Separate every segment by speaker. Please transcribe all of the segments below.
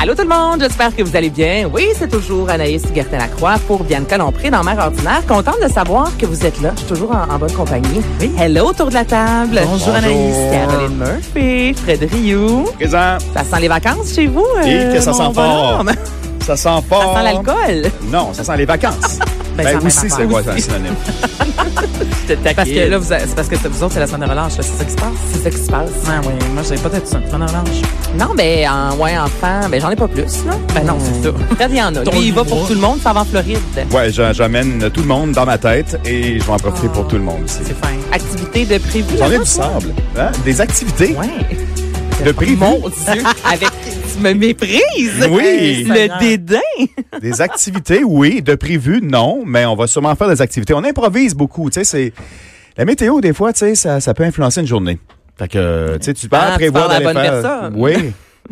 Speaker 1: Allô tout le monde, j'espère que vous allez bien. Oui, c'est toujours Anaïs Gertin-Lacroix pour Bianca Lompré dans Mère Ordinaire. Contente de savoir que vous êtes là. Je suis toujours en, en bonne compagnie. Hello autour de la table. Bonjour, Anaïs. Caroline Murphy, Fred Rioux.
Speaker 2: Présent.
Speaker 1: Ça sent les vacances chez vous? euh,
Speaker 2: Et que ça
Speaker 1: mon
Speaker 2: sent fort.
Speaker 1: bonhomme?
Speaker 2: Ça sent fort.
Speaker 1: Ça sent l'alcool.
Speaker 2: Non, ça sent les vacances.
Speaker 1: Ben, ça
Speaker 2: ben
Speaker 1: en
Speaker 2: aussi,
Speaker 1: même
Speaker 2: c'est
Speaker 1: affaire.
Speaker 2: quoi, c'est un synonyme.
Speaker 1: Parce que là, vous, a- c'est parce que vous autres, c'est la semaine de relâche. là. C'est ça qui se passe. C'est ça qui se passe.
Speaker 3: Ah oui, moi j'ai peut-être ça. Mon orange.
Speaker 1: Non, ben, en, ouais, enfant, ben, j'en ai pas plus, là. Ben, non, c'est ça. Fred, il y en a. Lui, il va pour tout le monde, ça va en Floride.
Speaker 2: Ouais, j'a- j'amène tout le monde dans ma tête et je vais en profiter pour tout le monde ici.
Speaker 3: C'est fin.
Speaker 1: Activité de prévu.
Speaker 2: J'en ai
Speaker 1: là-bas,
Speaker 2: du
Speaker 1: toi?
Speaker 2: sable. Hein? Des activités
Speaker 1: Ouais.
Speaker 2: de prix.
Speaker 1: Mon Dieu, avec. Tu me méprises.
Speaker 2: Oui.
Speaker 1: Le dédain.
Speaker 2: Des activités, oui. De prévu, non. Mais on va sûrement faire des activités. On improvise beaucoup. Tu sais, c'est. La météo, des fois, tu sais, ça, ça peut influencer une journée. Fait que, tu sais, tu peux
Speaker 1: Ah, tu
Speaker 2: prévoir
Speaker 1: parles à la
Speaker 2: d'aller faire-
Speaker 1: bonne personne.
Speaker 2: Oui.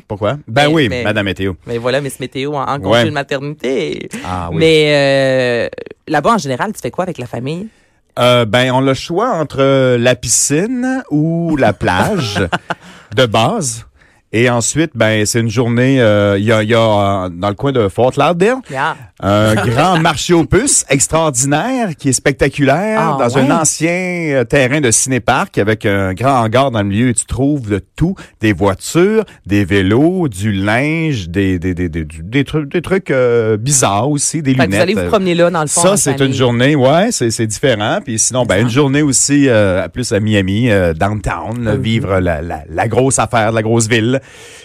Speaker 2: Pourquoi? Ben
Speaker 1: Mais-
Speaker 2: oui,
Speaker 1: mais-
Speaker 2: Madame Météo.
Speaker 1: Mais voilà, Miss Météo en, en congé
Speaker 2: Ouais.
Speaker 1: de maternité.
Speaker 2: Ah oui.
Speaker 1: Mais euh, là-bas, en général, tu fais quoi avec la famille?
Speaker 2: Euh, ben, on a le choix entre la piscine ou la plage de base. Et ensuite, ben, c'est une journée, euh, il y a, il y a, euh, dans le coin de Fort Lauderdale,
Speaker 1: Yeah.
Speaker 2: un grand marché aux puces extraordinaire qui est spectaculaire
Speaker 1: Ah,
Speaker 2: dans
Speaker 1: ouais?
Speaker 2: un ancien euh, terrain de cinéparc avec un grand hangar dans le milieu et tu trouves de tout, des voitures, des vélos, du linge, des, des, des, des, du- des trucs, des trucs euh, bizarres aussi, des
Speaker 1: Fait que
Speaker 2: lunettes. euh,
Speaker 1: vous allez vous promener là, dans le fond. en
Speaker 2: Ça, c'est
Speaker 1: famille.
Speaker 2: une journée, ouais, c'est c'est différent. Puis sinon, ben, une journée aussi, euh, plus à Miami, euh, downtown,
Speaker 1: Mm-hmm.
Speaker 2: là, vivre la, la, la grosse affaire, la grosse ville.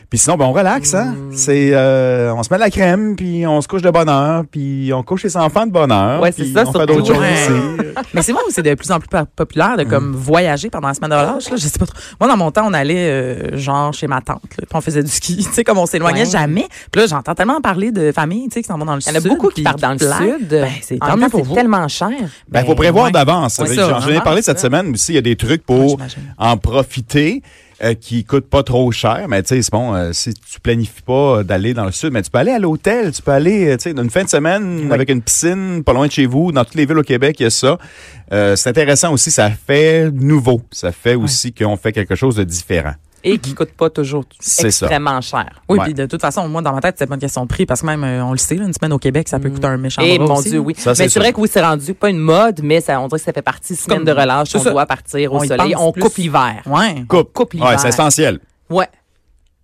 Speaker 2: Puis sinon, ben, on relaxe, hein.
Speaker 1: Mm.
Speaker 2: C'est, euh, on se met de la crème, puis on se couche de bonne heure, puis on couche les enfants de bonne heure.
Speaker 1: Ouais, c'est
Speaker 2: puis
Speaker 1: ça,
Speaker 2: on fait d'autres
Speaker 1: surtout. hein.
Speaker 2: choses
Speaker 3: Ouais.
Speaker 2: aussi.
Speaker 3: Mais c'est vrai où c'est de plus en plus pa- populaire de comme
Speaker 2: Mm.
Speaker 3: voyager pendant la semaine de relâche. Là, je sais pas trop. Moi, dans mon temps, on allait euh, genre chez ma tante. là, puis on faisait du ski. Tu sais, comme on s'éloignait
Speaker 1: Ouais.
Speaker 3: jamais. Puis là, j'entends tellement parler de familles, tu sais, qui s'en vont dans le
Speaker 1: Il
Speaker 3: sud.
Speaker 1: y en a beaucoup qui
Speaker 3: puis
Speaker 1: partent dans le
Speaker 3: pleurent.
Speaker 1: sud.
Speaker 3: Ben, c'est
Speaker 1: En
Speaker 3: tant
Speaker 1: même
Speaker 3: mieux
Speaker 1: temps,
Speaker 3: pour
Speaker 1: c'est
Speaker 3: vous.
Speaker 1: tellement cher.
Speaker 2: Ben,
Speaker 3: Ben,
Speaker 2: faut prévoir
Speaker 3: ouais.
Speaker 2: d'avance.
Speaker 3: Ouais,
Speaker 2: J'en
Speaker 3: ça,
Speaker 2: j'en ai
Speaker 3: d'avance,
Speaker 2: parlé cette
Speaker 3: ça.
Speaker 2: semaine aussi. Il y a des trucs pour
Speaker 3: Ouais, j'imagine.
Speaker 2: en profiter euh, qui coûtent pas trop cher. Mais tu sais, c'est bon, euh, si tu planifies pas d'aller dans le sud, mais tu peux aller à l'hôtel, tu peux aller, euh, tu sais, une fin de semaine avec une piscine pas loin de chez vous. Dans toutes les villes au Québec, il y a ça. Euh, c'est intéressant aussi. Ça fait nouveau. Ça fait aussi qu'on fait quelque chose de différent.
Speaker 1: Et qui coûte pas toujours
Speaker 2: C'est ça.
Speaker 1: extrêmement cher.
Speaker 3: Oui,
Speaker 2: Ouais.
Speaker 3: puis de toute façon, moi, dans ma tête, c'est pas une question de prix parce que même, euh, on le sait, là, une semaine au Québec, ça peut coûter un méchant
Speaker 1: Et
Speaker 3: bras
Speaker 1: Mm. Eh, mon
Speaker 3: aussi.
Speaker 1: Dieu, oui.
Speaker 2: Ça, c'est
Speaker 1: mais c'est
Speaker 2: sûr.
Speaker 1: vrai que oui, c'est rendu pas une mode, mais ça, on dirait que ça fait partie semaine
Speaker 3: Comme-
Speaker 1: de relâche.
Speaker 3: c'est
Speaker 1: On
Speaker 3: ça.
Speaker 1: doit partir au
Speaker 3: On y
Speaker 1: soleil.
Speaker 3: pense
Speaker 1: On
Speaker 3: plus.
Speaker 1: coupe l'hiver.
Speaker 3: Ouais.
Speaker 2: Coupe.
Speaker 1: Coupe l'hiver.
Speaker 2: Ouais, c'est essentiel.
Speaker 1: Ouais.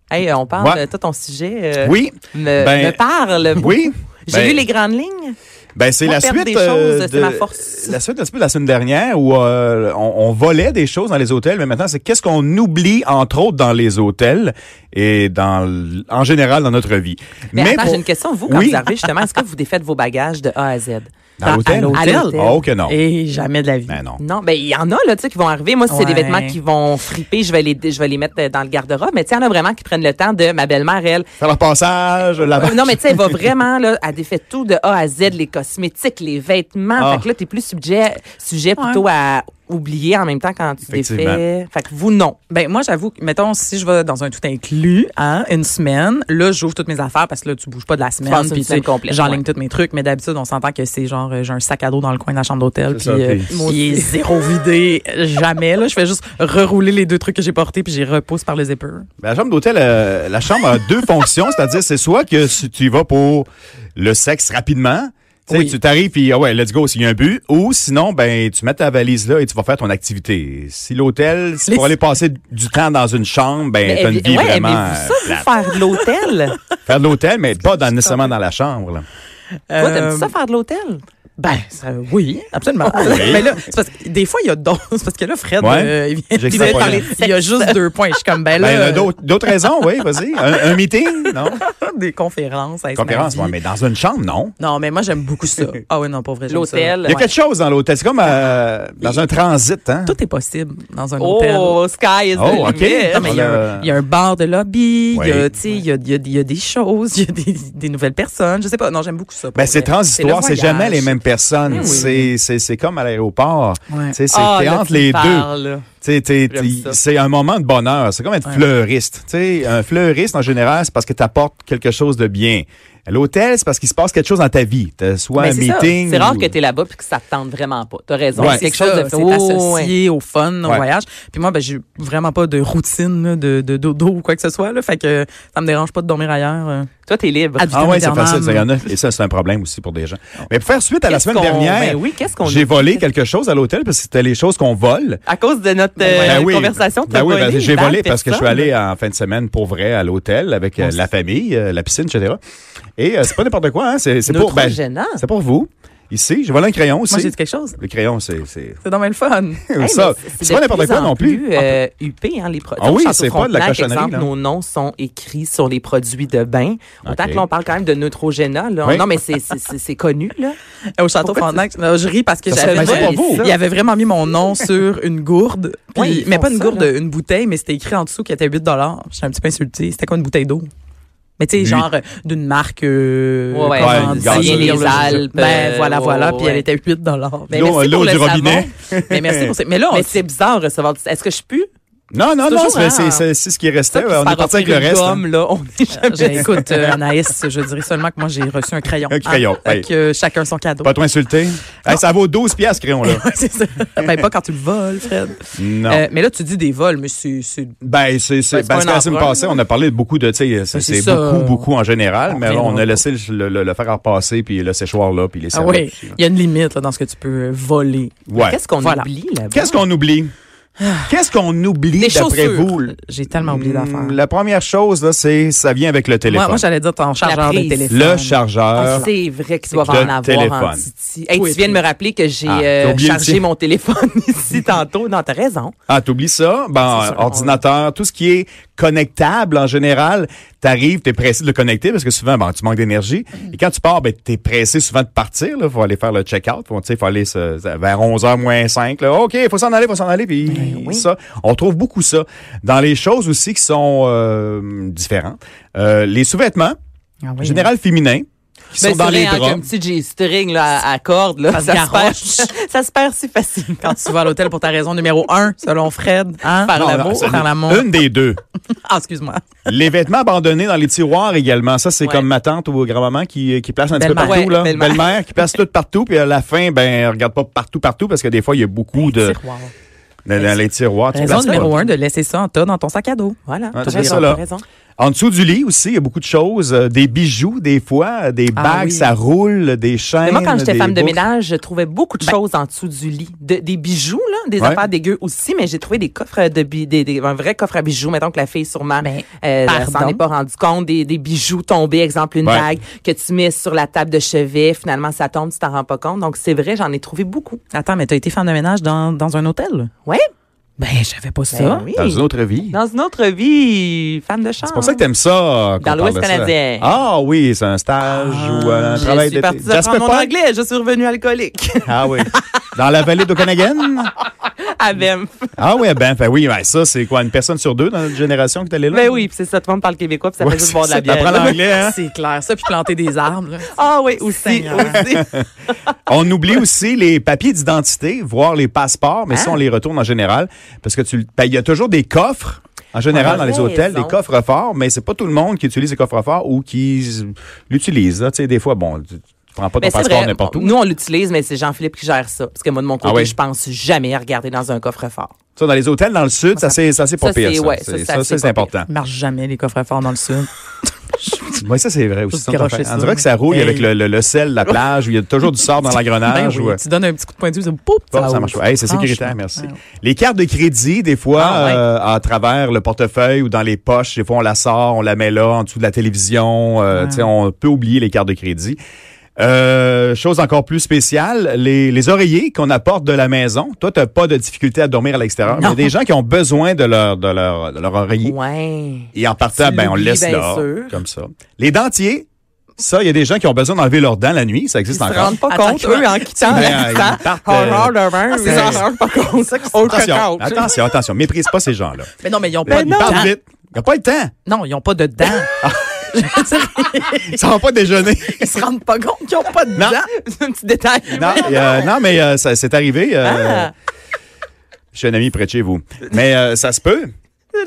Speaker 1: Hey, on parle
Speaker 2: Ouais.
Speaker 1: de tout ton sujet. euh,
Speaker 2: Oui.
Speaker 1: Me,
Speaker 2: Ben,
Speaker 1: me parle.
Speaker 2: Oui.
Speaker 1: J'ai
Speaker 2: Ben,
Speaker 1: lu les grandes lignes.
Speaker 2: Ben, c'est
Speaker 1: Moi,
Speaker 2: la
Speaker 1: perdre
Speaker 2: suite. euh,
Speaker 1: des choses, c'est ma force.
Speaker 2: La suite un petit peu de la semaine dernière où euh, on, on volait des choses dans les hôtels, mais maintenant, c'est qu'est-ce qu'on oublie, entre autres, dans les hôtels et dans, l- en général dans notre vie.
Speaker 1: Mais, attends,
Speaker 2: pour-
Speaker 1: j'ai une question. Vous, quand
Speaker 2: Oui.
Speaker 1: vous arrivez, justement, est-ce que vous défaites vos bagages de A à Z?
Speaker 2: Dans
Speaker 3: À
Speaker 2: l'hôtel?
Speaker 3: l'hôtel.
Speaker 1: À l'hôtel.
Speaker 2: Oh, que non.
Speaker 3: Et jamais de la vie.
Speaker 2: Ben non.
Speaker 1: Non, ben il y en a là, tu sais, qui vont arriver. Moi, si c'est des
Speaker 3: Ouais.
Speaker 1: vêtements qui vont friper, je vais les, je vais les mettre euh, dans le garde-robe. Mais tu sais, il y en a vraiment qui prennent le temps de ma belle-mère, elle.
Speaker 2: Faire le passage,
Speaker 1: Euh,
Speaker 2: lavage.
Speaker 1: Non, mais tu sais, elle va vraiment, là, elle défait tout de A à Z, les cosmétiques, les vêtements.
Speaker 2: Ah.
Speaker 1: Fait que là, t'es plus sujet, sujet
Speaker 3: Ouais.
Speaker 1: plutôt à oublier en même temps quand tu
Speaker 2: Effectivement.
Speaker 1: défais. Fait que vous, non.
Speaker 3: Ben moi j'avoue, que, mettons si je vais dans un tout inclus, hein, une semaine, là j'ouvre toutes mes affaires parce que là tu bouges pas de la semaine,
Speaker 1: passes une
Speaker 3: puis tu
Speaker 1: semaine
Speaker 3: sais,
Speaker 1: complète,
Speaker 3: j'enligne
Speaker 1: ouais.
Speaker 3: tous mes trucs, mais d'habitude on s'entend que c'est genre euh, j'ai un sac à dos dans le coin de la chambre d'hôtel puis
Speaker 2: C'est ça,
Speaker 3: euh,
Speaker 2: puis-
Speaker 1: Moi
Speaker 3: il est
Speaker 1: aussi.
Speaker 3: zéro vidé jamais là, je fais juste rerouler les deux trucs que j'ai portés puis j'y repousse par le zipper.
Speaker 2: Ben, la chambre d'hôtel, euh, la chambre a deux fonctions, c'est-à-dire c'est soit que si tu y vas pour le sexe rapidement, tu sais,
Speaker 3: Oui.
Speaker 2: tu t'arrives puis ah ouais, let's go s'il y a un but, ou sinon ben tu mets ta valise là et tu vas faire ton activité. Si l'hôtel, si
Speaker 3: Les-
Speaker 2: pour aller passer du temps dans une chambre, ben t'as une
Speaker 1: aimez-
Speaker 2: vie
Speaker 1: Eh ouais,
Speaker 2: vraiment
Speaker 1: aimez-vous ça,
Speaker 2: euh,
Speaker 1: vous,
Speaker 2: plate.
Speaker 1: faire de l'hôtel?
Speaker 2: faire de l'hôtel, mais pas dans- nécessairement dans la chambre. là.
Speaker 1: Toi, t'aimes
Speaker 3: Euh,
Speaker 1: ça faire de l'hôtel?
Speaker 3: Ben ça- oui, absolument. Mais là, c'est parce que des fois il y a d'autres c'est parce que là Fred
Speaker 2: Ah Ouais.
Speaker 3: euh, il vient il
Speaker 2: J'extrapole.
Speaker 3: vient de parler- il y a juste deux points, je suis comme
Speaker 2: Ben,
Speaker 3: ben là
Speaker 2: il y en a d'autres d'autres raisons, oui, vas-y. Un, un meeting, non?
Speaker 3: des conférences, hey, c'est ma
Speaker 2: Conférence,
Speaker 3: vie.
Speaker 2: ouais, mais dans une chambre, non.
Speaker 3: Non, mais moi j'aime beaucoup ça. Ah oui, non, pour vrai, j'aime ça.
Speaker 1: L'hôtel.
Speaker 2: Il y a quelque chose dans l'hôtel, c'est comme euh, dans un transit, hein?
Speaker 3: Tout est possible dans un hôtel.
Speaker 1: Oh, sky is the
Speaker 2: Oh, OK.
Speaker 1: limit.
Speaker 3: Non, mais il y, a
Speaker 2: Voilà.
Speaker 3: un- il y a un bar de lobby, il y a,
Speaker 2: Oui.
Speaker 3: tu sais, il y a, il y a- il y a des choses, il y a des, des nouvelles personnes. Je sais pas. Non, j'aime beaucoup ça. pour
Speaker 2: Ben, c'est
Speaker 3: vrai.
Speaker 2: transitoire,
Speaker 3: le
Speaker 2: c'est
Speaker 3: voyage.
Speaker 2: jamais les mêmes personnes.
Speaker 3: Ben oui.
Speaker 2: C'est- C'est c'est comme à l'aéroport.
Speaker 3: Ouais.
Speaker 2: Tu sais, C'est
Speaker 1: Ah,
Speaker 2: t'es
Speaker 1: là,
Speaker 2: entre
Speaker 1: tu me
Speaker 2: les deux.
Speaker 1: parles.
Speaker 2: T'sais, t'sais,
Speaker 3: J'aime
Speaker 2: t'sais,
Speaker 3: ça.
Speaker 2: c'est un moment de bonheur. C'est comme être
Speaker 3: Ouais.
Speaker 2: fleuriste. T'sais, un fleuriste, en général, c'est parce que tu apportes quelque chose de bien. À l'hôtel, c'est parce qu'il se passe quelque chose dans ta vie. T'as soit
Speaker 3: Mais
Speaker 2: un
Speaker 3: Ben, c'est ça.
Speaker 2: Ben, meeting.
Speaker 3: C'est rare
Speaker 2: ou-
Speaker 3: que tu es là-bas puis que ça te tente vraiment pas. Tu as raison.
Speaker 2: Ouais.
Speaker 3: C'est quelque
Speaker 2: C'est
Speaker 3: chose de
Speaker 1: ça,
Speaker 3: Oh,
Speaker 1: c'est
Speaker 3: associé au fun, au
Speaker 2: Ouais.
Speaker 3: voyage. Puis moi, ben, j'ai vraiment pas de routine là, de, de dodo ou quoi que ce soit. Là, fait que ça me dérange pas de dormir ailleurs. euh.
Speaker 1: Toi, t'es libre.
Speaker 3: À du
Speaker 2: Ah
Speaker 3: temps
Speaker 2: ouais, c'est
Speaker 3: éternel.
Speaker 2: facile. ça, il y en a. Et ça, c'est un problème aussi pour des gens. Mais pour faire suite à la
Speaker 1: Qu'est-ce
Speaker 2: semaine
Speaker 1: qu'on-
Speaker 2: dernière,
Speaker 1: ben oui, qu'est-ce qu'on
Speaker 2: j'ai volé quelque chose à l'hôtel parce que c'était les choses qu'on vole.
Speaker 1: À cause de notre euh,
Speaker 2: Ben oui.
Speaker 1: conversation,
Speaker 2: Ben
Speaker 1: t'as
Speaker 2: oui, ben,
Speaker 1: volé
Speaker 2: j'ai
Speaker 1: dans
Speaker 2: volé parce que je suis
Speaker 1: personne.
Speaker 2: allé en fin de semaine pour vrai à l'hôtel avec euh, la famille, euh, la piscine, etc. Et euh, c'est pas n'importe quoi, hein, c'est c'est pour ben,
Speaker 1: Neutrogénant.
Speaker 2: c'est pour vous. Ici, j'ai volé un crayon aussi.
Speaker 3: Moi, j'ai dit quelque chose.
Speaker 2: le crayon, c'est c'est
Speaker 3: C'est dans le fun.
Speaker 1: Hey, mais
Speaker 2: ça.
Speaker 1: c'est
Speaker 2: C'est pas
Speaker 1: de
Speaker 2: n'importe
Speaker 1: plus
Speaker 2: quoi
Speaker 1: en
Speaker 2: non plus.
Speaker 1: plus euh, huppé, hein, les produits.
Speaker 2: Ah oui,
Speaker 1: Château
Speaker 2: c'est pas de la
Speaker 1: Frontenac,
Speaker 2: cochonnerie,
Speaker 1: exemple,
Speaker 2: là.
Speaker 1: Nos noms sont écrits sur les produits de bain. Autant
Speaker 2: Ok.
Speaker 1: que l'on parle quand même de Neutrogena. Là.
Speaker 2: Oui. Oh,
Speaker 1: Non, mais c'est- c'est c'est- c'est connu. Là.
Speaker 3: Au château Frontenac, non, je ris parce que
Speaker 2: Ça
Speaker 3: j'avais
Speaker 2: serait bien
Speaker 3: mis-
Speaker 2: pour vous.
Speaker 3: il y avait vraiment mis mon nom sur une gourde, puis-
Speaker 1: Ouais, ils
Speaker 3: mais
Speaker 1: font
Speaker 3: pas une
Speaker 1: ça,
Speaker 3: gourde,
Speaker 1: là.
Speaker 3: une bouteille, mais c'était écrit en dessous qui était 8 dollars. J'étais un petit peu insultée. C'était quoi une bouteille d'eau Mais tu sais,
Speaker 2: Huit.
Speaker 3: genre euh, d'une marque euh,
Speaker 1: Ouais, ouais.
Speaker 3: comment
Speaker 2: Ouais,
Speaker 3: dire,
Speaker 2: ça vient
Speaker 3: là,
Speaker 2: des
Speaker 3: je sais
Speaker 1: Alpes,
Speaker 3: pas. Ben
Speaker 1: euh,
Speaker 3: voilà, voilà,
Speaker 1: ouais,
Speaker 3: puis elle
Speaker 1: ouais.
Speaker 3: était 8 dollars. Mais,
Speaker 2: L'eau-
Speaker 3: merci
Speaker 2: l'eau
Speaker 3: pour
Speaker 2: du
Speaker 3: le savon.
Speaker 2: robinet.
Speaker 3: mais merci pour ça. Mais là, on
Speaker 1: Mais c'est bizarre recevoir. du- Est-ce que je pue?
Speaker 2: Non, non,
Speaker 1: C'est
Speaker 2: non,
Speaker 1: toujours,
Speaker 2: c'est
Speaker 1: hein,
Speaker 2: c'est- c'est- c'est ce qui restait. ouais, on est parti avec le reste. hein.
Speaker 1: Gomme, là, on est jamais...
Speaker 3: Ben, écoute, euh, Anaïs, je dirais seulement que moi, j'ai reçu un crayon.
Speaker 2: Un crayon,
Speaker 3: Ah, fait
Speaker 2: oui.
Speaker 3: que, euh, chacun son cadeau.
Speaker 2: Pas trop insulté. Hey, ça vaut 12 piastres, ce crayon-là.
Speaker 3: C'est ça. Ben, pas quand tu le voles, Fred.
Speaker 2: non.
Speaker 3: Euh, mais là, tu dis des vols, mais c'est. c'est-
Speaker 2: Ben, c'est, c'est,
Speaker 1: c'est
Speaker 2: parce
Speaker 1: pas
Speaker 2: que la
Speaker 1: un
Speaker 2: semaine
Speaker 1: emprunt,
Speaker 2: passée, on a parlé de beaucoup de, tu sais, euh, c'est,
Speaker 3: Ben, c'est
Speaker 2: c'est
Speaker 3: ça.
Speaker 2: beaucoup, beaucoup en général,
Speaker 3: On
Speaker 2: mais là, on
Speaker 3: reviendra
Speaker 2: a laissé le, le, le fer à repasser, puis le séchoir là, puis les
Speaker 3: Ah
Speaker 2: serviettes.
Speaker 3: oui,
Speaker 2: puis-
Speaker 3: il y a une limite là, dans ce que tu peux euh, voler.
Speaker 2: Ouais.
Speaker 1: Qu'est-ce qu'on
Speaker 3: Voilà.
Speaker 1: oublie là-bas?
Speaker 2: Qu'est-ce qu'on oublie? Qu'est-ce qu'on oublie
Speaker 3: Des
Speaker 2: d'après
Speaker 3: chaussures.
Speaker 2: vous?
Speaker 3: J'ai tellement oublié
Speaker 2: Hmm,
Speaker 3: d'affaires.
Speaker 2: La première chose, là, c'est ça vient avec le téléphone.
Speaker 3: Moi, moi j'allais dire ton chargeur de
Speaker 1: prise.
Speaker 3: téléphone.
Speaker 2: le chargeur.
Speaker 1: Ah, c'est vrai qu'ils doivent
Speaker 2: De
Speaker 1: en avoir en
Speaker 2: téléphone.
Speaker 1: Titi. Hey,
Speaker 3: Oui.
Speaker 1: tu viens de me rappeler que j'ai
Speaker 2: Ah,
Speaker 1: euh,
Speaker 2: t'as oublié
Speaker 1: chargé
Speaker 2: aussi.
Speaker 1: mon téléphone ici tantôt. Non, t'as raison.
Speaker 2: Ah, t'oublies ça?
Speaker 1: C'est
Speaker 2: Ben,
Speaker 1: sûr,
Speaker 2: ordinateur, tout ce qui est connectable en général, t'arrives, t'es pressé de le connecter parce que souvent, ben, tu manques d'énergie.
Speaker 1: Mm-hmm.
Speaker 2: Et quand tu pars, ben, t'es pressé souvent de partir, là. Faut aller faire le check-out. Faut, tu sais, faut aller se- se- vers 11h moins 5, là. OK, faut s'en aller, faut s'en aller. Puis,
Speaker 1: Ben
Speaker 2: ça, on trouve beaucoup ça. Dans les choses aussi qui sont, euh, différentes, euh, les sous-vêtements,
Speaker 3: Ah
Speaker 2: en
Speaker 3: oui.
Speaker 2: général féminins, qui
Speaker 1: Ben,
Speaker 2: sont dans
Speaker 1: c'est
Speaker 2: les
Speaker 1: vrai, hein,
Speaker 2: draps.
Speaker 1: qu'un petit G-string là, à, à corde, là,
Speaker 3: Ça se
Speaker 1: ça, se perd,
Speaker 3: garoche.
Speaker 1: ça se perd si facilement.
Speaker 3: Quand tu vas à l'hôtel pour ta raison numéro un, selon Fred, hein?
Speaker 1: Par
Speaker 2: Non,
Speaker 1: la
Speaker 2: non,
Speaker 1: bourse,
Speaker 2: c'est-
Speaker 3: par l'amour.
Speaker 2: Une des deux.
Speaker 3: Ah, excuse-moi.
Speaker 2: Les vêtements abandonnés dans les tiroirs également. Ça, c'est
Speaker 1: Ouais.
Speaker 2: comme ma tante ou grand-maman qui, qui place un petit peu
Speaker 3: Belle-mère.
Speaker 2: partout.
Speaker 1: Ouais,
Speaker 2: là.
Speaker 1: belle-mère.
Speaker 2: Belle-mère qui place tout partout. Puis à la fin, ben, elle regarde pas partout, partout, parce que des fois, il y a beaucoup de...
Speaker 3: Tiroir.
Speaker 2: Dans, dans les tiroirs, tu
Speaker 3: Raison
Speaker 2: Euh, places
Speaker 3: numéro
Speaker 2: pas.
Speaker 3: un de laisser ça en tas dans ton sac à dos.
Speaker 1: Voilà,
Speaker 2: Ah,
Speaker 1: t'as
Speaker 2: c'est
Speaker 1: raison,
Speaker 2: ça, là.
Speaker 1: t'as raison.
Speaker 2: En dessous du lit aussi, il y a beaucoup de choses. Euh, Des bijoux, des fois, euh, des
Speaker 3: Ah
Speaker 2: bagues,
Speaker 3: oui.
Speaker 2: ça roule, des chaînes.
Speaker 1: Mais moi, quand j'étais
Speaker 2: des
Speaker 1: femme de
Speaker 2: boucles.
Speaker 1: ménage, je trouvais beaucoup de choses en dessous du lit. De- des bijoux, là, des
Speaker 2: Ouais.
Speaker 1: affaires dégueu aussi, mais j'ai trouvé des coffres de bi- des, des- un vrai coffre à bijoux. Mettons que la fille, sûrement,
Speaker 2: Ben,
Speaker 3: Mais,
Speaker 1: euh,
Speaker 3: pardon.
Speaker 1: s'en est pas rendu compte. Des, des bijoux tombés, exemple, une
Speaker 2: Ouais.
Speaker 1: bague que tu mets sur la table de chevet. Finalement, ça tombe, tu t'en rends pas compte. Donc, c'est vrai, j'en ai trouvé beaucoup.
Speaker 3: Attends, mais t'as été femme de ménage dans, dans un hôtel?
Speaker 1: Ouais.
Speaker 3: Ben, j'avais pas ça.
Speaker 1: Ben oui.
Speaker 2: Dans une autre vie.
Speaker 1: Dans une autre vie, femme de chambre.
Speaker 2: C'est pour ça que t'aimes ça. euh, qu'on
Speaker 1: Dans l'Ouest
Speaker 2: parle de ça.
Speaker 1: canadien. Ah,
Speaker 2: Ah oui, c'est un stage ou euh, un
Speaker 1: je
Speaker 2: travail
Speaker 1: suis
Speaker 2: d'été.
Speaker 1: partie de
Speaker 2: Jasper
Speaker 1: prendre mon
Speaker 2: Park?
Speaker 1: anglais, je suis revenue alcoolique.
Speaker 2: Ah oui. Dans la vallée d'Okanagan?
Speaker 1: à Banff.
Speaker 2: Ah oui, ben, ben oui, ben, ça, c'est quoi, une personne sur deux dans notre génération qui est allée là?
Speaker 1: Ben oui, puis c'est ça, tout le monde parle québécois, puis ça
Speaker 2: Ouais,
Speaker 1: fait juste boire de
Speaker 2: ça,
Speaker 1: la bière.
Speaker 2: t'apprends l'anglais, hein?
Speaker 3: C'est clair, ça, puis planter des arbres. là.
Speaker 1: Ah oui, aussi,
Speaker 3: Seigneur.
Speaker 1: aussi.
Speaker 2: On oublie aussi les papiers d'identité, voire les passeports, mais ça,
Speaker 1: Ah.
Speaker 2: on les retourne en général. Parce que tu, le- ben, il y a toujours des coffres, en général,
Speaker 1: Ouais,
Speaker 2: dans les
Speaker 1: raison.
Speaker 2: hôtels, des coffres forts, mais c'est pas tout le monde qui utilise les coffres forts ou qui s- l'utilise, là. Tu sais, des fois, bon, tu, tu prends pas ton
Speaker 1: Mais Ben, c'est
Speaker 2: passeport
Speaker 1: vrai,
Speaker 2: n'importe où.
Speaker 1: nous on l'utilise, mais c'est Jean-Philippe qui gère ça. Parce que moi de mon côté,
Speaker 2: Ah oui?
Speaker 1: je pense jamais à regarder dans un coffre-fort.
Speaker 2: Ça, dans les hôtels, dans le sud, ça, c'est, ça, c'est pas
Speaker 1: ça,
Speaker 2: pire.
Speaker 1: c'est-
Speaker 2: ça.
Speaker 1: ouais,
Speaker 2: C'est-
Speaker 1: ça, c'est
Speaker 2: ça,
Speaker 1: assez
Speaker 2: c'est,
Speaker 1: pas pire.
Speaker 2: important.
Speaker 3: Ils marchent jamais, les coffres forts dans le sud.
Speaker 2: Oui, ça, c'est vrai aussi.
Speaker 3: Juste
Speaker 2: ça, t'as
Speaker 3: garocher
Speaker 2: fait. On
Speaker 3: ça.
Speaker 2: dirait que ça roule
Speaker 3: Hey.
Speaker 2: avec le, le- le sel, la plage, où il y a toujours du sort dans
Speaker 3: Ben
Speaker 2: l'agrenage.
Speaker 3: oui,
Speaker 2: ou- euh,
Speaker 3: Tu donnes un petit coup de poing de vue, ça, boum,
Speaker 2: Bon, ça
Speaker 3: ouvre.
Speaker 2: marche pas. Hey, c'est
Speaker 1: Ah,
Speaker 2: sécuritaire,
Speaker 3: Franchement.
Speaker 2: merci.
Speaker 3: Ouais.
Speaker 2: Les cartes de crédit, des fois,
Speaker 3: Ah, ouais.
Speaker 2: euh, à travers le portefeuille ou dans les poches, des fois, on la sort, on la met là, en dessous de la télévision. euh, tu sais, On peut oublier les cartes de crédit. Euh, chose encore plus spéciale, les, les oreillers qu'on apporte de la maison. Toi, t'as pas de difficulté à dormir à l'extérieur. mais Il y a des gens qui ont besoin de leur, de leur, de leur oreiller.
Speaker 1: Ouais.
Speaker 2: Et en partant,
Speaker 1: Tu
Speaker 2: ben, on le
Speaker 1: l'oublies,
Speaker 2: laisse
Speaker 1: bien
Speaker 2: là,
Speaker 1: sûr.
Speaker 2: comme ça. Les dentiers, ça, il y a des gens qui ont besoin d'enlever leurs dents la nuit. Ça
Speaker 1: Ils
Speaker 2: existe
Speaker 1: se
Speaker 2: encore.
Speaker 1: rendent pas
Speaker 3: Attends,
Speaker 1: compte,
Speaker 3: je vois.
Speaker 1: eux, en quittant
Speaker 2: Ben,
Speaker 1: la
Speaker 2: ils
Speaker 1: salle.
Speaker 2: partent,
Speaker 1: On
Speaker 2: euh,
Speaker 1: rend leur vin, ils s'en rendent pas compte. Au
Speaker 2: Attention,
Speaker 1: check-out.
Speaker 2: attention, attention, méprise pas ces gens-là.
Speaker 3: Mais Ben non, Ah. mais ils n'ont
Speaker 2: Là,
Speaker 3: pas de
Speaker 2: il parle
Speaker 3: dents.
Speaker 2: vite. Il a pas le temps.
Speaker 3: Non, ils n'ont pas de dents.
Speaker 2: Ah. Ils ne pas déjeuner.
Speaker 3: Ils se rendent pas compte qu'ils n'ont pas de
Speaker 2: Non.
Speaker 3: dents.
Speaker 1: Un petit détail.
Speaker 2: non, euh, non, mais euh, ça- c'est arrivé. euh,
Speaker 1: Ah.
Speaker 2: Je suis un ami près de chez vous. Mais euh, ça se peut.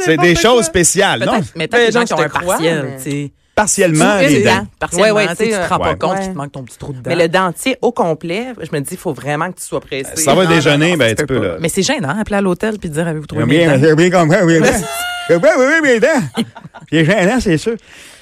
Speaker 2: C'est des choses spéciales, non?
Speaker 3: Peut-être mais peut-être
Speaker 1: Mais
Speaker 3: les gens
Speaker 1: donc,
Speaker 3: qui ont
Speaker 1: je
Speaker 3: un
Speaker 1: te crois,
Speaker 3: partiel,
Speaker 1: mais-
Speaker 3: tu sais.
Speaker 2: Partiellement,
Speaker 3: Tu-
Speaker 2: les
Speaker 3: tu-
Speaker 2: dents.
Speaker 1: Ouais,
Speaker 3: Partiellement,
Speaker 1: ouais,
Speaker 3: tu sais, tu
Speaker 1: tu sais,
Speaker 3: te rends pas
Speaker 2: ouais.
Speaker 3: compte
Speaker 1: Ouais.
Speaker 3: qu'il te manque ton petit trou de dent.
Speaker 1: Mais le dentier au complet, je me dis, il faut vraiment que tu sois pressé.
Speaker 2: Ça va
Speaker 1: Non,
Speaker 2: déjeuner,
Speaker 1: non, non,
Speaker 2: ben,
Speaker 1: ça
Speaker 2: tu
Speaker 1: se peut
Speaker 2: peux,
Speaker 1: pas.
Speaker 2: là.
Speaker 3: Mais c'est gênant, hein, appeler à l'hôtel puis dire avez-vous trouvé
Speaker 2: Bien,
Speaker 3: mes
Speaker 2: bien,
Speaker 3: dents?
Speaker 2: bien, bien compris, oui, bien. Oui, oui, oui, mes dents. C'est gênant, c'est sûr.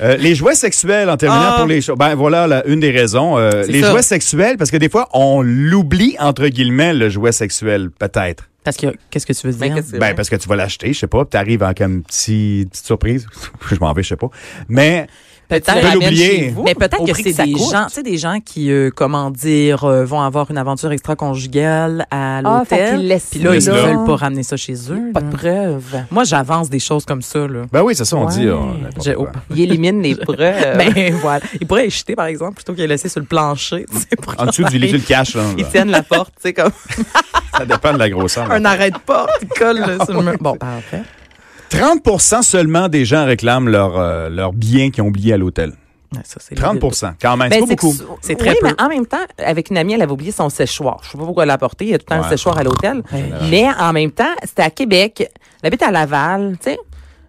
Speaker 2: Euh, les jouets sexuels, en terminant
Speaker 3: Ah.
Speaker 2: pour les choses. Ben, voilà la- une des raisons. Euh,
Speaker 3: C'est
Speaker 2: les
Speaker 3: ça.
Speaker 2: jouets sexuels, parce que des fois, on l'oublie, entre guillemets, le jouet sexuel, peut-être.
Speaker 3: Parce que qu'est-ce que tu veux
Speaker 1: Mais
Speaker 3: dire
Speaker 1: qu'est-ce que c'est
Speaker 2: Ben,
Speaker 1: vrai?
Speaker 2: parce que tu vas l'acheter, je sais pas, puis t'arrives en comme petit- petite surprise. je m'en vais, je sais pas. Mais,
Speaker 1: Tu
Speaker 2: peut
Speaker 1: le ramènes
Speaker 2: l'oublier.
Speaker 1: chez vous,
Speaker 3: Mais peut-être
Speaker 1: au
Speaker 3: que
Speaker 1: prix
Speaker 3: c'est
Speaker 1: ça
Speaker 3: des
Speaker 1: coûte.
Speaker 3: gens, tu sais, des gens qui, euh, comment dire, euh, vont avoir une aventure extra-conjugale à
Speaker 1: Ah, fait
Speaker 3: l'hôtel.
Speaker 1: qu'ils laissent
Speaker 3: puis là,
Speaker 2: ça
Speaker 3: ils
Speaker 2: là.
Speaker 3: veulent pas ramener ça chez eux.
Speaker 1: Pas
Speaker 3: là.
Speaker 1: de preuves.
Speaker 3: Moi, j'avance des choses comme ça, là.
Speaker 2: ben oui, c'est ça, on dit. on- n'importe
Speaker 3: J'ai-
Speaker 2: quoi.
Speaker 3: oh.
Speaker 1: Il élimine les preuves.
Speaker 3: Ben voilà. Ils pourraient les jeter, par exemple, plutôt qu'ils les laisser sur le plancher. tu sais, pour
Speaker 2: En dessous du lit, tu le caches, là.
Speaker 1: Ils tiennent la porte, tu sais, comme
Speaker 2: Ça dépend de la grosseur. là.
Speaker 3: un arrêt de porte, ils collent là, sur le mur. Bon, ben, parfait.
Speaker 2: 30 seulement des gens réclament leurs euh, leurs biens qu'ils ont oubliés à l'hôtel.
Speaker 3: Ouais, ça, c'est
Speaker 2: 30
Speaker 3: le-
Speaker 2: quand même.
Speaker 1: Ben,
Speaker 2: c'est pas beaucoup.
Speaker 1: que-
Speaker 3: C'est très
Speaker 1: oui,
Speaker 3: peu.
Speaker 1: mais en même temps, avec une amie, elle avait oublié son séchoir. Je sais pas pourquoi elle l'a apporté. Il y a tout le temps
Speaker 2: Ouais.
Speaker 1: un séchoir à l'hôtel. Mais en même temps, c'était à Québec. Elle habite à Laval, tu sais.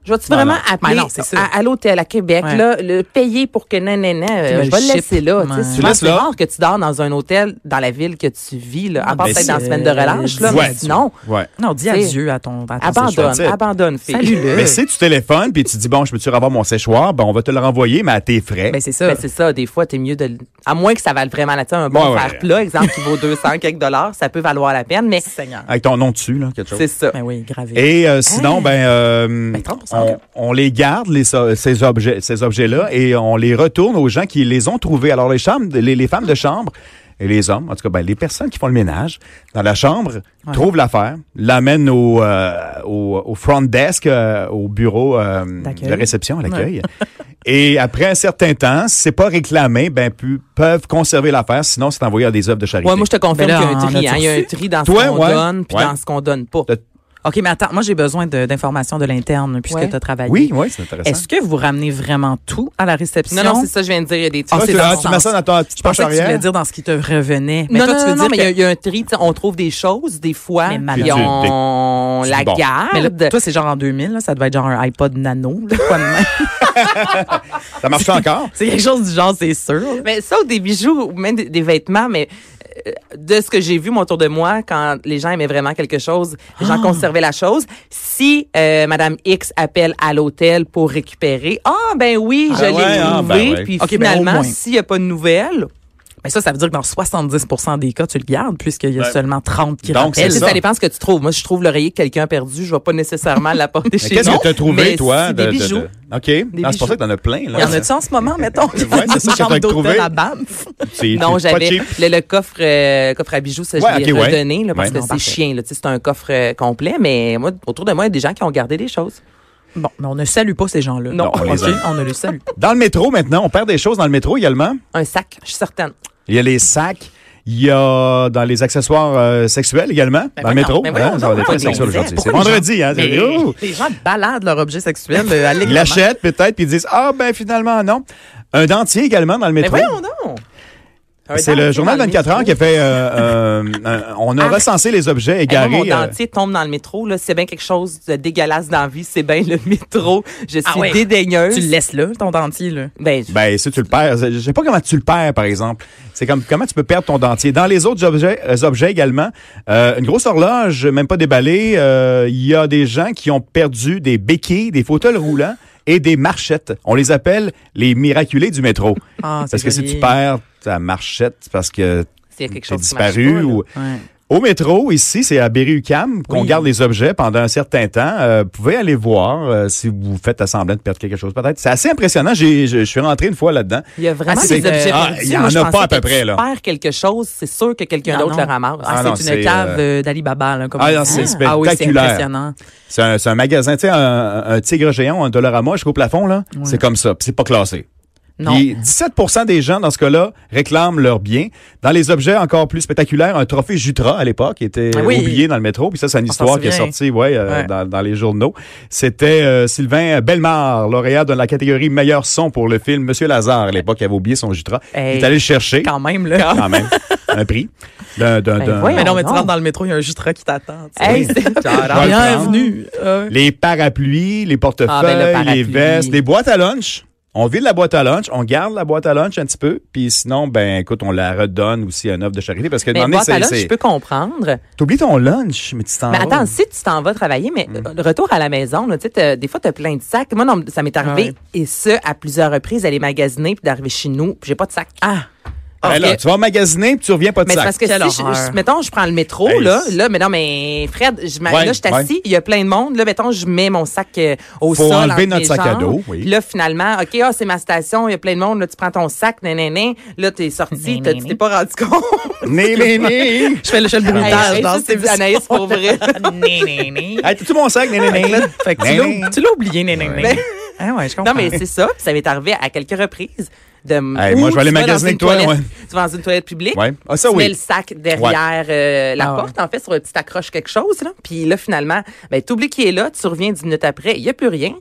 Speaker 1: Je vais-tu
Speaker 2: Non,
Speaker 1: vraiment
Speaker 2: non.
Speaker 1: appeler
Speaker 3: Mais non, c'est ça.
Speaker 1: à, à l'hôtel à Québec,
Speaker 3: Ouais.
Speaker 1: là, le payer pour que nan, nan, nan, euh,
Speaker 3: me
Speaker 1: je vais
Speaker 3: le
Speaker 1: le laisser
Speaker 3: ship.
Speaker 1: là.
Speaker 3: Ouais.
Speaker 1: tu sais.
Speaker 3: Tu
Speaker 1: Souvent,
Speaker 2: laisses
Speaker 1: c'est
Speaker 2: là.
Speaker 1: rare que tu dors dans un hôtel dans la ville que tu vis, là, à part
Speaker 2: Mais
Speaker 1: peut-être dans la
Speaker 3: Ah, ben c'est- euh,
Speaker 1: semaine de relâche. Là,
Speaker 2: Ouais.
Speaker 1: mais sinon,
Speaker 2: Ouais.
Speaker 3: Non, dis
Speaker 1: Tu sais,
Speaker 3: adieu à ton, à ton
Speaker 1: abandonne,
Speaker 2: séchoir.
Speaker 1: abandonne, fille.
Speaker 3: Salut-le.
Speaker 2: Mais si tu téléphones puis tu dis bon, je peux-tu avoir mon séchoir, ben on va te le renvoyer, mais à tes frais.
Speaker 3: Ben, c'est ça.
Speaker 1: Ben, c'est ça, des fois, t'es mieux de. l- À moins que ça vale vraiment la peine. Un bon
Speaker 2: Ouais, ouais.
Speaker 1: fer plat, exemple, qui vaut 200 quelques dollars, ça peut valoir la peine, mais
Speaker 3: Seigneur.
Speaker 2: Avec ton nom dessus, là, quelque chose.
Speaker 1: c'est ça.
Speaker 3: Ben oui, gravé.
Speaker 2: Et euh, sinon, ben, euh,
Speaker 3: Ben, 30%,
Speaker 2: on,
Speaker 3: là.
Speaker 2: on les garde, les, so- ces objets, ces objets-là, et on les retourne aux gens qui les ont trouvés. Alors, les, chambres, les, les femmes de chambre et les hommes, en tout cas, ben, les personnes qui font le ménage dans la chambre, trouvent l'affaire, l'amènent au, euh, au, au front desk, euh, au bureau euh,
Speaker 3: D'accueil.
Speaker 2: de réception, à l'accueil. Et après un certain temps, si c'est pas réclamé, ben, pu- peuvent conserver l'affaire, sinon c'est envoyé à des œuvres de charité.
Speaker 1: Ouais, moi, je te confirme
Speaker 3: Ben là,
Speaker 1: qu'il y a un
Speaker 3: en
Speaker 1: tri. hein. Il y a un
Speaker 3: as-tu
Speaker 1: tri dans ce
Speaker 2: Toi,
Speaker 1: qu'on
Speaker 2: ouais.
Speaker 1: donne puis
Speaker 2: Ouais.
Speaker 1: dans ce qu'on donne pas.
Speaker 2: Le-
Speaker 3: OK, mais attends, moi, j'ai besoin de- d'informations de, l'interne puisque
Speaker 1: Ouais.
Speaker 3: tu as travaillé.
Speaker 2: Oui, oui, c'est intéressant.
Speaker 3: Est-ce que vous ramenez vraiment tout à la réception?
Speaker 1: Non, non, c'est ça, je viens de dire. Il y a des
Speaker 2: Ah,
Speaker 1: tri.
Speaker 3: c'est
Speaker 2: tu,
Speaker 3: dans
Speaker 2: ah,
Speaker 3: ce
Speaker 2: tu mets ça
Speaker 3: sens.
Speaker 2: dans ta petite
Speaker 3: Je pensais
Speaker 2: poche
Speaker 3: que tu voulais
Speaker 2: arrière.
Speaker 3: dire dans ce qui te revenait. Mais
Speaker 1: non,
Speaker 3: toi,
Speaker 1: non,
Speaker 3: tu veux
Speaker 1: non, non, mais
Speaker 3: dire
Speaker 1: il y
Speaker 3: que-
Speaker 1: a- il y, a un tri. tu sais, On trouve des choses, des fois,
Speaker 3: Mais
Speaker 1: puis
Speaker 3: malade.
Speaker 1: on
Speaker 2: Tu-
Speaker 1: la
Speaker 2: bon.
Speaker 3: Mais là,
Speaker 1: garde.
Speaker 3: toi, c'est genre en 2000, là, ça devait être genre un iPod nano. là, quoi de même.
Speaker 2: Ça marche encore?
Speaker 3: c'est quelque chose du genre, c'est sûr.
Speaker 1: Mais ça, ou des bijoux, ou même des, des vêtements, mais euh, de ce que j'ai vu, mon autour de moi, quand les gens aimaient vraiment quelque chose, les
Speaker 2: Ah!
Speaker 1: gens conservaient la chose. Si euh, Madame X appelle à l'hôtel pour récupérer, ah ben oui, je
Speaker 2: Ah
Speaker 1: l'ai
Speaker 2: ouais,
Speaker 1: trouvé.
Speaker 2: ah, ben ouais.
Speaker 1: Puis
Speaker 3: Ok, ben, au
Speaker 1: finalement,
Speaker 3: moins.
Speaker 1: s'il n'y a pas de nouvelles,
Speaker 3: Mais ça, ça veut dire que dans 70 des cas, tu le gardes puisqu'il y a
Speaker 2: Ben,
Speaker 3: seulement 30 qui
Speaker 2: donc, c'est
Speaker 1: elle,
Speaker 3: rappellent.
Speaker 1: ça.
Speaker 2: ça.
Speaker 1: dépend ce que ben, tu trouves. Moi, je trouve l'oreiller que quelqu'un a perdu, je vais pas nécessairement l'apporter
Speaker 2: Mais
Speaker 1: chez
Speaker 2: Qu'est-ce
Speaker 1: nous.
Speaker 2: que tu as trouvé,
Speaker 1: Mais
Speaker 2: toi?
Speaker 1: si,
Speaker 2: de-
Speaker 1: des
Speaker 2: de-
Speaker 1: bijoux.
Speaker 2: de- OK. Non, C'est pour
Speaker 1: bijoux.
Speaker 2: ça que t'en as plein. Là.
Speaker 3: Il y en a-tu en ce moment, mettons?
Speaker 2: Ouais, c'est ça que
Speaker 3: Chambre
Speaker 2: t'as trouvé.
Speaker 3: d'hôtel à Banff.
Speaker 2: C'est-
Speaker 1: Non,
Speaker 2: c'est pas
Speaker 1: j'avais
Speaker 2: cheap.
Speaker 1: le, le coffre euh, coffre à bijoux, ça,
Speaker 2: Ouais,
Speaker 1: je l'ai
Speaker 2: ok, ouais.
Speaker 1: redonné là, parce
Speaker 2: Ouais.
Speaker 1: que
Speaker 2: Non,
Speaker 1: c'est
Speaker 2: parfait.
Speaker 1: chien. là. Tu sais, C'est un coffre euh, complet, mais moi, autour de moi, il y a des gens qui ont gardé des choses.
Speaker 3: Bon, mais on ne salue pas ces gens-là.
Speaker 2: Non, on les
Speaker 3: OK,
Speaker 2: aime.
Speaker 3: on ne les salue.
Speaker 2: Dans le métro, maintenant, on perd des choses dans le métro également.
Speaker 1: Un sac, je suis certaine.
Speaker 2: Il y a les sacs. Il y a dans les accessoires euh, sexuels également,
Speaker 1: Ben
Speaker 2: dans le
Speaker 3: voyons,
Speaker 2: métro.
Speaker 3: mais voyons
Speaker 2: Hein, ça va
Speaker 3: donc,
Speaker 2: être
Speaker 3: pourquoi
Speaker 2: très sexuel
Speaker 3: les gens-
Speaker 2: aujourd'hui. C'est
Speaker 3: pourquoi les
Speaker 2: vendredi, hein? c'est- Ouh!
Speaker 3: les gens baladent leur objet sexuel euh, à
Speaker 2: Ils l'achètent peut-être, puis ils disent Ah, ben finalement, non. Un dentier également dans le
Speaker 1: Mais
Speaker 2: métro.
Speaker 1: Ben voyons donc! Un
Speaker 2: Ah, C'est le
Speaker 1: dentier
Speaker 2: journal
Speaker 1: dans le Ah.
Speaker 2: 24 heures qui a fait. euh, euh, un- on a recensé les objets
Speaker 1: Hey, moi,
Speaker 2: égarés.
Speaker 1: mon
Speaker 2: euh,
Speaker 1: dentier tombe dans le métro, là, c'est bien quelque chose de dégueulasse dans la vie, c'est bien le métro. Je suis
Speaker 3: Ah ouais.
Speaker 1: dédaigneuse.
Speaker 3: Tu le laisses là, ton dentier, là.
Speaker 1: Ben,
Speaker 2: Ben, si tu le perds, je sais pas comment tu le perds, par exemple. C'est comme comment tu peux perdre ton dentier. Dans les autres objets, euh, objets également, euh, une grosse horloge, même pas déballée, euh, il y a des gens qui ont perdu des béquilles, des fauteuils roulants et des marchettes. On les appelle les miraculés du métro.
Speaker 3: Ah,
Speaker 2: parce que si tu perds ta marchette, c'est parce que
Speaker 1: c'est quelque
Speaker 2: t'es
Speaker 1: chose qui marche
Speaker 2: disparu
Speaker 1: pas, là.
Speaker 2: ou...
Speaker 3: Ouais.
Speaker 2: Au métro, ici, c'est à Berry-UQAM qu'on
Speaker 3: Oui.
Speaker 2: garde les objets pendant un certain temps. Euh, vous pouvez aller voir euh, si vous faites à semblant de perdre quelque chose, peut-être. C'est assez impressionnant. J'ai- je, je suis rentré une fois là-dedans.
Speaker 1: Il y a vraiment
Speaker 3: Ah, c'est
Speaker 1: des
Speaker 3: que-
Speaker 1: objets
Speaker 3: Ah,
Speaker 1: perdus.
Speaker 2: il y en
Speaker 1: Moi, je
Speaker 2: a pas
Speaker 1: pensais
Speaker 2: à peu
Speaker 1: que
Speaker 2: près,
Speaker 1: tu
Speaker 2: là.
Speaker 1: perds quelque chose, c'est sûr que quelqu'un
Speaker 3: Non,
Speaker 1: d'autre
Speaker 3: non.
Speaker 1: le ramasse.
Speaker 3: Ah,
Speaker 2: non,
Speaker 3: c'est
Speaker 2: c'est,
Speaker 3: une cave euh, d'Ali Baba, là, comme
Speaker 2: Ah,
Speaker 3: on
Speaker 2: non,
Speaker 3: dit.
Speaker 2: c'est
Speaker 3: Ah oui, c'est
Speaker 2: spectaculaire.
Speaker 3: impressionnant.
Speaker 2: C'est un, c'est un magasin, tu sais, un, un tigre géant, un Dollarama jusqu'au plafond, là.
Speaker 3: Ouais.
Speaker 2: C'est comme ça. Puis c'est pas classé.
Speaker 3: Non.
Speaker 2: Puis 17 des gens, dans ce cas-là, réclament leurs biens. Dans les objets encore plus spectaculaires, un trophée Jutra, à l'époque, était
Speaker 3: Ah oui. Ah,
Speaker 2: oublié dans le métro. Puis ça, c'est une
Speaker 3: On s'en
Speaker 2: histoire qui est
Speaker 3: souvient.
Speaker 2: sortie ouais, euh,
Speaker 3: Ouais.
Speaker 2: Dans, dans les journaux. C'était euh, Sylvain Bellemare, lauréat de la catégorie meilleur son pour le film Monsieur Lazare. À l'époque, il avait oublié son Jutra.
Speaker 3: Hey.
Speaker 2: Il est allé le chercher,
Speaker 3: Quand même, là.
Speaker 2: quand même, un prix. D'un, d'un-
Speaker 3: Ben
Speaker 2: d'un-
Speaker 1: voyons.
Speaker 3: Mais non, mais tu
Speaker 1: Non.
Speaker 3: rentres dans le métro, il y a un jutra qui t'attend. tu sais.
Speaker 1: Hey, c'est-
Speaker 2: vais le
Speaker 3: Bienvenue. Ah, Euh,
Speaker 2: Les parapluies, les portefeuilles,
Speaker 1: Ah, ben, le parapluie.
Speaker 2: les vestes, les boîtes à lunch. On vide la boîte à lunch, on garde la boîte à lunch un petit peu, puis sinon, ben écoute, on la redonne aussi à une offre de charité parce que
Speaker 1: mais
Speaker 2: dans
Speaker 1: boîte à lunch, je peux comprendre.
Speaker 2: T'oublies ton lunch, mais tu t'en
Speaker 1: Mais
Speaker 2: vas.
Speaker 1: attends, si tu t'en vas travailler, mais
Speaker 2: Mm.
Speaker 1: euh, le retour à la maison, là, tu sais, t'as- des fois, t'as plein de sacs. Moi, non, ça m'est arrivé,
Speaker 3: Ouais.
Speaker 1: et ça, à plusieurs reprises, d'aller magasiner, puis d'arriver chez nous, puis j'ai pas de sac. Ah!
Speaker 2: Ben là, tu vas magasiner puis tu reviens pas de
Speaker 1: Mais c'est
Speaker 2: sac.
Speaker 1: parce que si,
Speaker 3: Quelle
Speaker 1: je-
Speaker 3: horreur.
Speaker 1: je- mettons, je prends le métro,
Speaker 2: Hey,
Speaker 1: là,
Speaker 2: c'est-
Speaker 1: là, mais non, mais Fred, je, m'a-
Speaker 2: Ouais,
Speaker 1: là, je suis assis, il y a plein de monde, là, mettons, je mets mon sac euh, au
Speaker 2: Faut
Speaker 1: sol.
Speaker 2: enlever
Speaker 1: entre
Speaker 2: notre
Speaker 1: mes
Speaker 2: sac à
Speaker 1: jambes.
Speaker 2: dos, oui.
Speaker 1: Puis Là, finalement, OK, ah, c'est ma station, il y a plein de monde, là, tu prends ton sac, nénéné, là, t'es sorti, t'as- tu t'es pas rendu compte.
Speaker 2: Né, né, né.
Speaker 3: Je fais le, je fais le
Speaker 1: Hey,
Speaker 3: bruitage
Speaker 1: hey,
Speaker 3: dans
Speaker 1: ça,
Speaker 3: cette
Speaker 1: c'est du
Speaker 3: émission.
Speaker 1: Anaïs pour vrai.
Speaker 2: Hey, t'as-tu mon sac, né, né, né?
Speaker 3: Fait que tu
Speaker 2: Né,
Speaker 3: l'as-
Speaker 2: né.
Speaker 3: tu l'as oublié, néné. Ah ouais, je comprends.
Speaker 1: Ben, Non, mais c'est ça. Puis ça m'est arrivé à quelques reprises. De m-
Speaker 2: Hey,
Speaker 1: ou
Speaker 2: moi, je vais aller
Speaker 1: tu vas dans
Speaker 2: magasiner
Speaker 1: une
Speaker 2: avec toi,
Speaker 1: toilette-
Speaker 2: ouais.
Speaker 1: Tu vas dans une toilette publique.
Speaker 2: Ouais. Ah, ça,
Speaker 1: tu
Speaker 2: oui.
Speaker 1: mets le sac derrière euh, la
Speaker 3: Ah,
Speaker 1: porte, en fait, sur un petit accroche quelque chose. Là. Puis là, finalement, ben, t'oublies qui est là. Tu reviens dix minutes après. Il n'y a plus rien.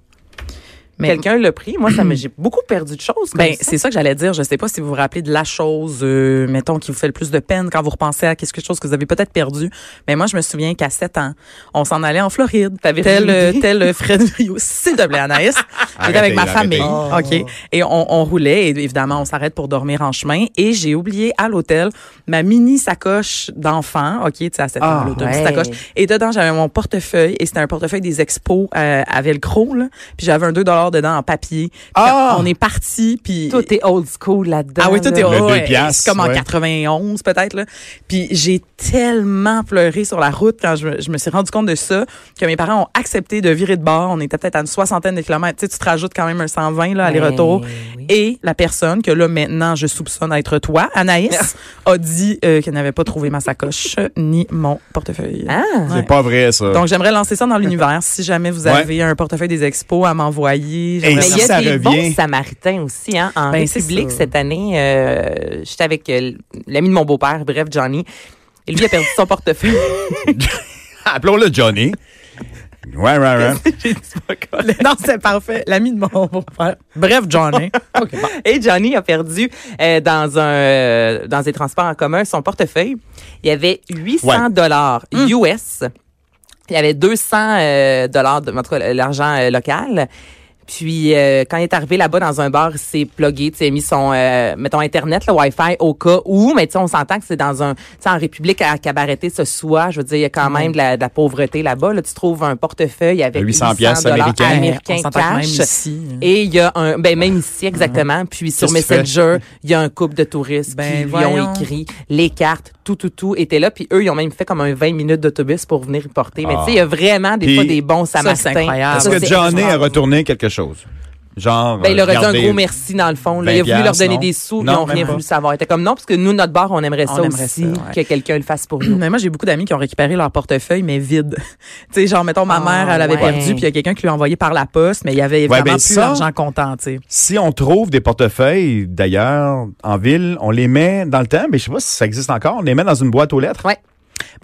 Speaker 3: Mais-
Speaker 1: Quelqu'un l'a pris. Moi, ça me- j'ai beaucoup perdu de choses. comme
Speaker 3: Ben,
Speaker 1: ça.
Speaker 3: c'est ça que j'allais dire. Je sais pas si vous vous rappelez de la chose, euh, mettons, qui vous fait le plus de peine quand vous repensez à quelque chose que vous avez peut-être perdu. Mais moi, je me souviens qu'à 7 ans, on s'en allait en Floride. tel,
Speaker 1: une
Speaker 3: euh,
Speaker 1: idée?
Speaker 3: tel euh, Fred Rio, s'il te plaît, Anaïs. J'étais avec ma
Speaker 2: Arrêtez,
Speaker 3: famille.
Speaker 1: Oh.
Speaker 3: OK. Et on, on roulait. Et évidemment, on s'arrête pour dormir en chemin. Et j'ai oublié à l'hôtel ma mini sacoche d'enfant. OK, tu sais, à 7 ans,
Speaker 2: Ah,
Speaker 3: là, deux petites
Speaker 1: ouais.
Speaker 3: sacoches. Et dedans, j'avais mon portefeuille. Et c'était un portefeuille des expos euh, à Velcro, là. Puis j'avais un 2 dedans en papier. Puis
Speaker 2: Ah!
Speaker 3: On est parti. Puis
Speaker 1: Toi, t'es old school là-dedans.
Speaker 3: ah oui, tout est
Speaker 1: là.
Speaker 2: Le
Speaker 3: ouais,
Speaker 2: deux piastres,
Speaker 3: c'est comme en
Speaker 2: ouais.
Speaker 3: 91 peut-être là. Puis j'ai tellement pleuré sur la route quand je, me- je me suis rendu compte de ça que mes parents ont accepté de virer de bord. On était peut-être à une soixantaine de kilomètres. Tu sais, tu te rajoutes quand même un 120 là
Speaker 1: Ben
Speaker 3: aller-retour. Et la personne que là maintenant je soupçonne être toi, Anaïs, a dit euh, qu'elle n'avait pas trouvé ma sacoche ni mon portefeuille.
Speaker 1: Ah.
Speaker 2: C'est pas vrai, ça.
Speaker 3: Donc j'aimerais lancer ça dans l'univers. Si jamais vous
Speaker 2: Ouais.
Speaker 3: avez un portefeuille des expos à m'envoyer, j'aimerais
Speaker 1: Mais
Speaker 2: si
Speaker 1: il y a
Speaker 2: ça
Speaker 1: des
Speaker 2: revient-
Speaker 1: bons Samaritains aussi, hein, en
Speaker 3: Ben, c'est
Speaker 1: République
Speaker 3: ça.
Speaker 1: cette année. euh, J'étais avec euh, l'ami de mon beau-père, bref, Johnny. Et lui a perdu son portefeuille.
Speaker 2: Appelons-le Johnny. Ouais, ouais, ouais.
Speaker 3: non, c'est parfait. L'ami de mon beau-père. Bref, Johnny.
Speaker 1: Et Johnny a perdu euh, dans un euh, dans des transports en commun son portefeuille. Il y avait 800
Speaker 2: Ouais. Hmm.
Speaker 1: dollars US. Il y avait 200 euh, dollars de en tout cas, l'argent euh, local. Puis euh, quand il est arrivé là-bas dans un bar, il s'est plugué, tu sais, il a mis son euh, mettons internet, le Wi-Fi au cas où, mais tu sais on s'entend que c'est dans un tu sais en République à cabareté ce soir, je veux dire il y a quand même de la, de la pauvreté là-bas, là tu trouves un portefeuille avec
Speaker 2: 800
Speaker 1: 800
Speaker 2: Ben, piastres
Speaker 1: dollars
Speaker 2: américains.
Speaker 1: américains
Speaker 3: On s'entend
Speaker 1: cash.
Speaker 3: que même ici, euh,
Speaker 1: Et il y a un, ben même ici exactement. Puis sur
Speaker 2: Qu'est-ce que tu
Speaker 1: Messenger, il y a un couple de touristes
Speaker 3: Ben,
Speaker 1: qui lui
Speaker 3: voyons.
Speaker 1: ont écrit les cartes, tout, tout, tout était là. Puis eux, ils ont même fait comme un 20 minutes d'autobus pour venir y porter. Mais
Speaker 2: Ah.
Speaker 1: tu sais, il y a vraiment des
Speaker 2: Puis-
Speaker 1: fois des bons
Speaker 3: c'est
Speaker 1: Samaritains.
Speaker 3: incroyable.
Speaker 2: Est-ce
Speaker 1: Ça,
Speaker 2: que
Speaker 1: c'est
Speaker 2: Johnny a
Speaker 1: incroyable.
Speaker 2: retourné quelque chose? Genre.
Speaker 1: Ben, il
Speaker 2: euh,
Speaker 1: leur a dit un
Speaker 2: regardez-
Speaker 1: gros merci dans le fond. là. Il a
Speaker 2: 20
Speaker 1: voulu leur donner
Speaker 2: non?
Speaker 1: des sous,
Speaker 2: Non,
Speaker 1: ils ont
Speaker 2: même
Speaker 1: rien
Speaker 2: pas.
Speaker 1: voulu savoir. Il était comme non, parce que nous, notre bar, on aimerait ça
Speaker 3: On aimerait
Speaker 1: aussi,
Speaker 3: ça, ouais.
Speaker 1: que quelqu'un le fasse pour nous.
Speaker 3: Mais moi, j'ai beaucoup d'amis qui ont récupéré leur portefeuille, mais vide. tu sais, genre, mettons, ma
Speaker 1: Ah,
Speaker 3: mère, elle avait
Speaker 1: ouais.
Speaker 3: perdu, puis il y a quelqu'un qui lui a envoyé par la poste, mais il y avait vraiment
Speaker 2: ben,
Speaker 3: plus
Speaker 2: ça-
Speaker 3: d'argent comptant, tu sais.
Speaker 2: Si on trouve des portefeuilles, d'ailleurs, en ville, on les met dans le temps, mais je sais pas si ça existe encore, on les met dans une boîte aux lettres.
Speaker 1: Ouais.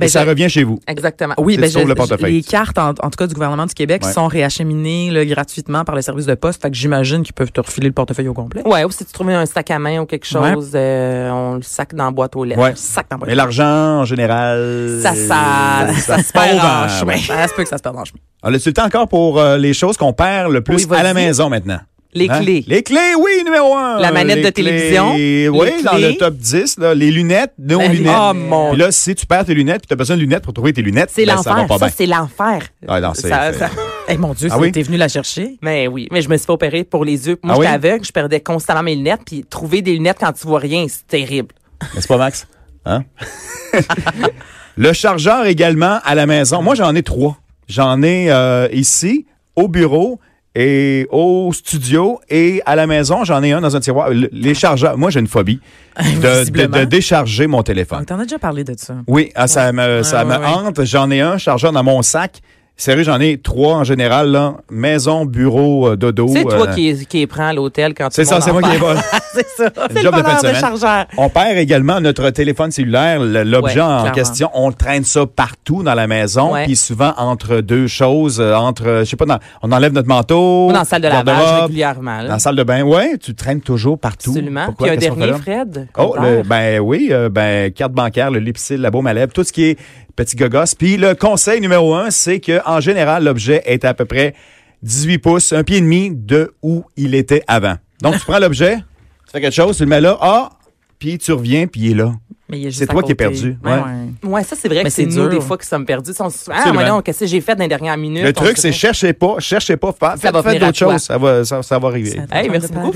Speaker 2: Mais
Speaker 3: Ben,
Speaker 2: ça
Speaker 3: je-
Speaker 2: revient chez vous.
Speaker 1: Exactement.
Speaker 3: Oui,
Speaker 2: C'est
Speaker 3: ben,
Speaker 2: sur
Speaker 3: je-
Speaker 2: le portefeuille.
Speaker 3: les cartes, en, en tout cas, du gouvernement du Québec,
Speaker 2: Ouais.
Speaker 3: sont réacheminées là, gratuitement par le service de poste. Fait que j'imagine qu'ils peuvent te refiler le portefeuille au complet.
Speaker 1: Ouais, ou si tu trouves un sac à main ou quelque
Speaker 3: Ouais.
Speaker 1: chose, euh, on le sac dans la boîte aux lettres.
Speaker 2: Ouais.
Speaker 3: Sac dans
Speaker 2: Mais l'argent, en général.
Speaker 1: Ça, ça, ça se perd en
Speaker 2: en-
Speaker 1: chemin.
Speaker 2: ouais.
Speaker 3: Ça se peut que ça se perde en chemin.
Speaker 2: On a-tu le temps encore pour euh, les choses qu'on perd le plus
Speaker 1: Oui, vas-y.
Speaker 2: à la maison maintenant?
Speaker 1: Les
Speaker 2: Hein?
Speaker 1: clés.
Speaker 2: Les clés, oui, numéro un.
Speaker 1: La manette
Speaker 2: Les
Speaker 1: de
Speaker 2: clés,
Speaker 1: télévision.
Speaker 2: Oui,
Speaker 1: Les
Speaker 2: dans
Speaker 1: clés.
Speaker 2: le top 10, là, les lunettes, nos
Speaker 1: Ben, les-
Speaker 2: lunettes.
Speaker 1: Oh, mon
Speaker 2: Puis là, si tu perds tes lunettes, puis tu as besoin de lunettes pour trouver tes lunettes,
Speaker 1: C'est
Speaker 2: ben, ça va
Speaker 1: l'enfer.
Speaker 2: pas
Speaker 1: Ça,
Speaker 2: bien.
Speaker 1: c'est l'enfer.
Speaker 2: Ah, non, c'est-
Speaker 1: Ça-
Speaker 2: c'est-
Speaker 1: ça-
Speaker 3: Eh mon Dieu,
Speaker 2: Ah
Speaker 3: c'est-
Speaker 2: oui?
Speaker 3: t'es venu la chercher?
Speaker 1: Mais oui, mais je me suis fait opérer pour les yeux. Moi,
Speaker 2: Ah oui?
Speaker 1: j'étais aveugle, je perdais constamment mes lunettes, puis trouver des lunettes quand tu vois rien, c'est terrible.
Speaker 2: N'est-ce pas, Max? Hein? le chargeur également à la maison. Moi, j'en ai trois. J'en ai euh, ici, au bureau et au studio et à la maison. J'en ai un dans un tiroir. Le- les chargeurs. Moi, j'ai une phobie de- de,
Speaker 3: Visiblement.
Speaker 2: de décharger mon téléphone.
Speaker 3: Donc, t'en as déjà parlé de ça.
Speaker 2: Oui, ah, ça me, ça
Speaker 3: Ouais,
Speaker 2: me
Speaker 3: ouais, ouais.
Speaker 2: hante. J'en ai un chargeur dans mon sac. Sérieux, j'en ai trois en général, là. Maison, bureau, euh, dodo.
Speaker 1: C'est toi
Speaker 2: euh,
Speaker 1: qui, qui prends l'hôtel quand tu
Speaker 2: C'est ça, c'est moi qui les vole.
Speaker 1: C'est ça. C'est le
Speaker 2: Job de
Speaker 1: bonheur
Speaker 2: fin de
Speaker 1: de,
Speaker 2: semaine.
Speaker 1: chargeur.
Speaker 2: On perd également notre téléphone cellulaire, le- l'objet
Speaker 1: Ouais,
Speaker 2: en
Speaker 1: clairement.
Speaker 2: question. On traîne ça partout dans la maison,
Speaker 1: Ouais.
Speaker 2: puis souvent entre deux choses, euh, entre, euh, je sais pas, dans- on enlève notre manteau.
Speaker 1: Ou dans la salle de lavage
Speaker 2: garde-robe,
Speaker 1: régulièrement. là.
Speaker 2: Dans la salle de bain, ouais, tu traînes toujours partout.
Speaker 1: Absolument.
Speaker 2: Pourquoi?
Speaker 1: Puis un
Speaker 2: Qu'est-ce qu'on fait
Speaker 1: dernier,
Speaker 2: là?
Speaker 1: Fred.
Speaker 2: Oh,
Speaker 1: qu'on
Speaker 2: le-
Speaker 1: perd.
Speaker 2: ben oui, euh, ben carte bancaire, le lipsil, la baume à lèvres, tout ce qui est petit gogos. Puis le conseil numéro un, c'est que en général, l'objet est à peu près 18 pouces, un pied et demi de où il était avant. Donc tu prends l'objet, tu fais quelque chose, tu le mets là, ah, puis tu reviens, puis il est là.
Speaker 3: Mais il est juste
Speaker 2: C'est
Speaker 3: à
Speaker 2: toi qui es
Speaker 3: côté.
Speaker 2: perdu,
Speaker 3: Ouais,
Speaker 2: ouais.
Speaker 3: ouais.
Speaker 1: Ouais, ça, c'est vrai
Speaker 3: Mais
Speaker 1: que c'est
Speaker 3: c'est
Speaker 1: nous,
Speaker 3: dur.
Speaker 1: des fois, qui sommes perdus. On se dit, ah,
Speaker 2: Absolument.
Speaker 1: mais non, qu'est-ce que j'ai fait dans les dernières minutes?
Speaker 2: Le
Speaker 1: On
Speaker 2: truc,
Speaker 1: se
Speaker 2: c'est
Speaker 1: fait-
Speaker 2: cherchez pas, cherchez pas, fa-
Speaker 1: Ça va
Speaker 2: faites, faites
Speaker 1: venir à
Speaker 2: d'autres
Speaker 1: toi.
Speaker 2: choses, ça va, ça, ça va arriver.
Speaker 1: Hey, merci beaucoup,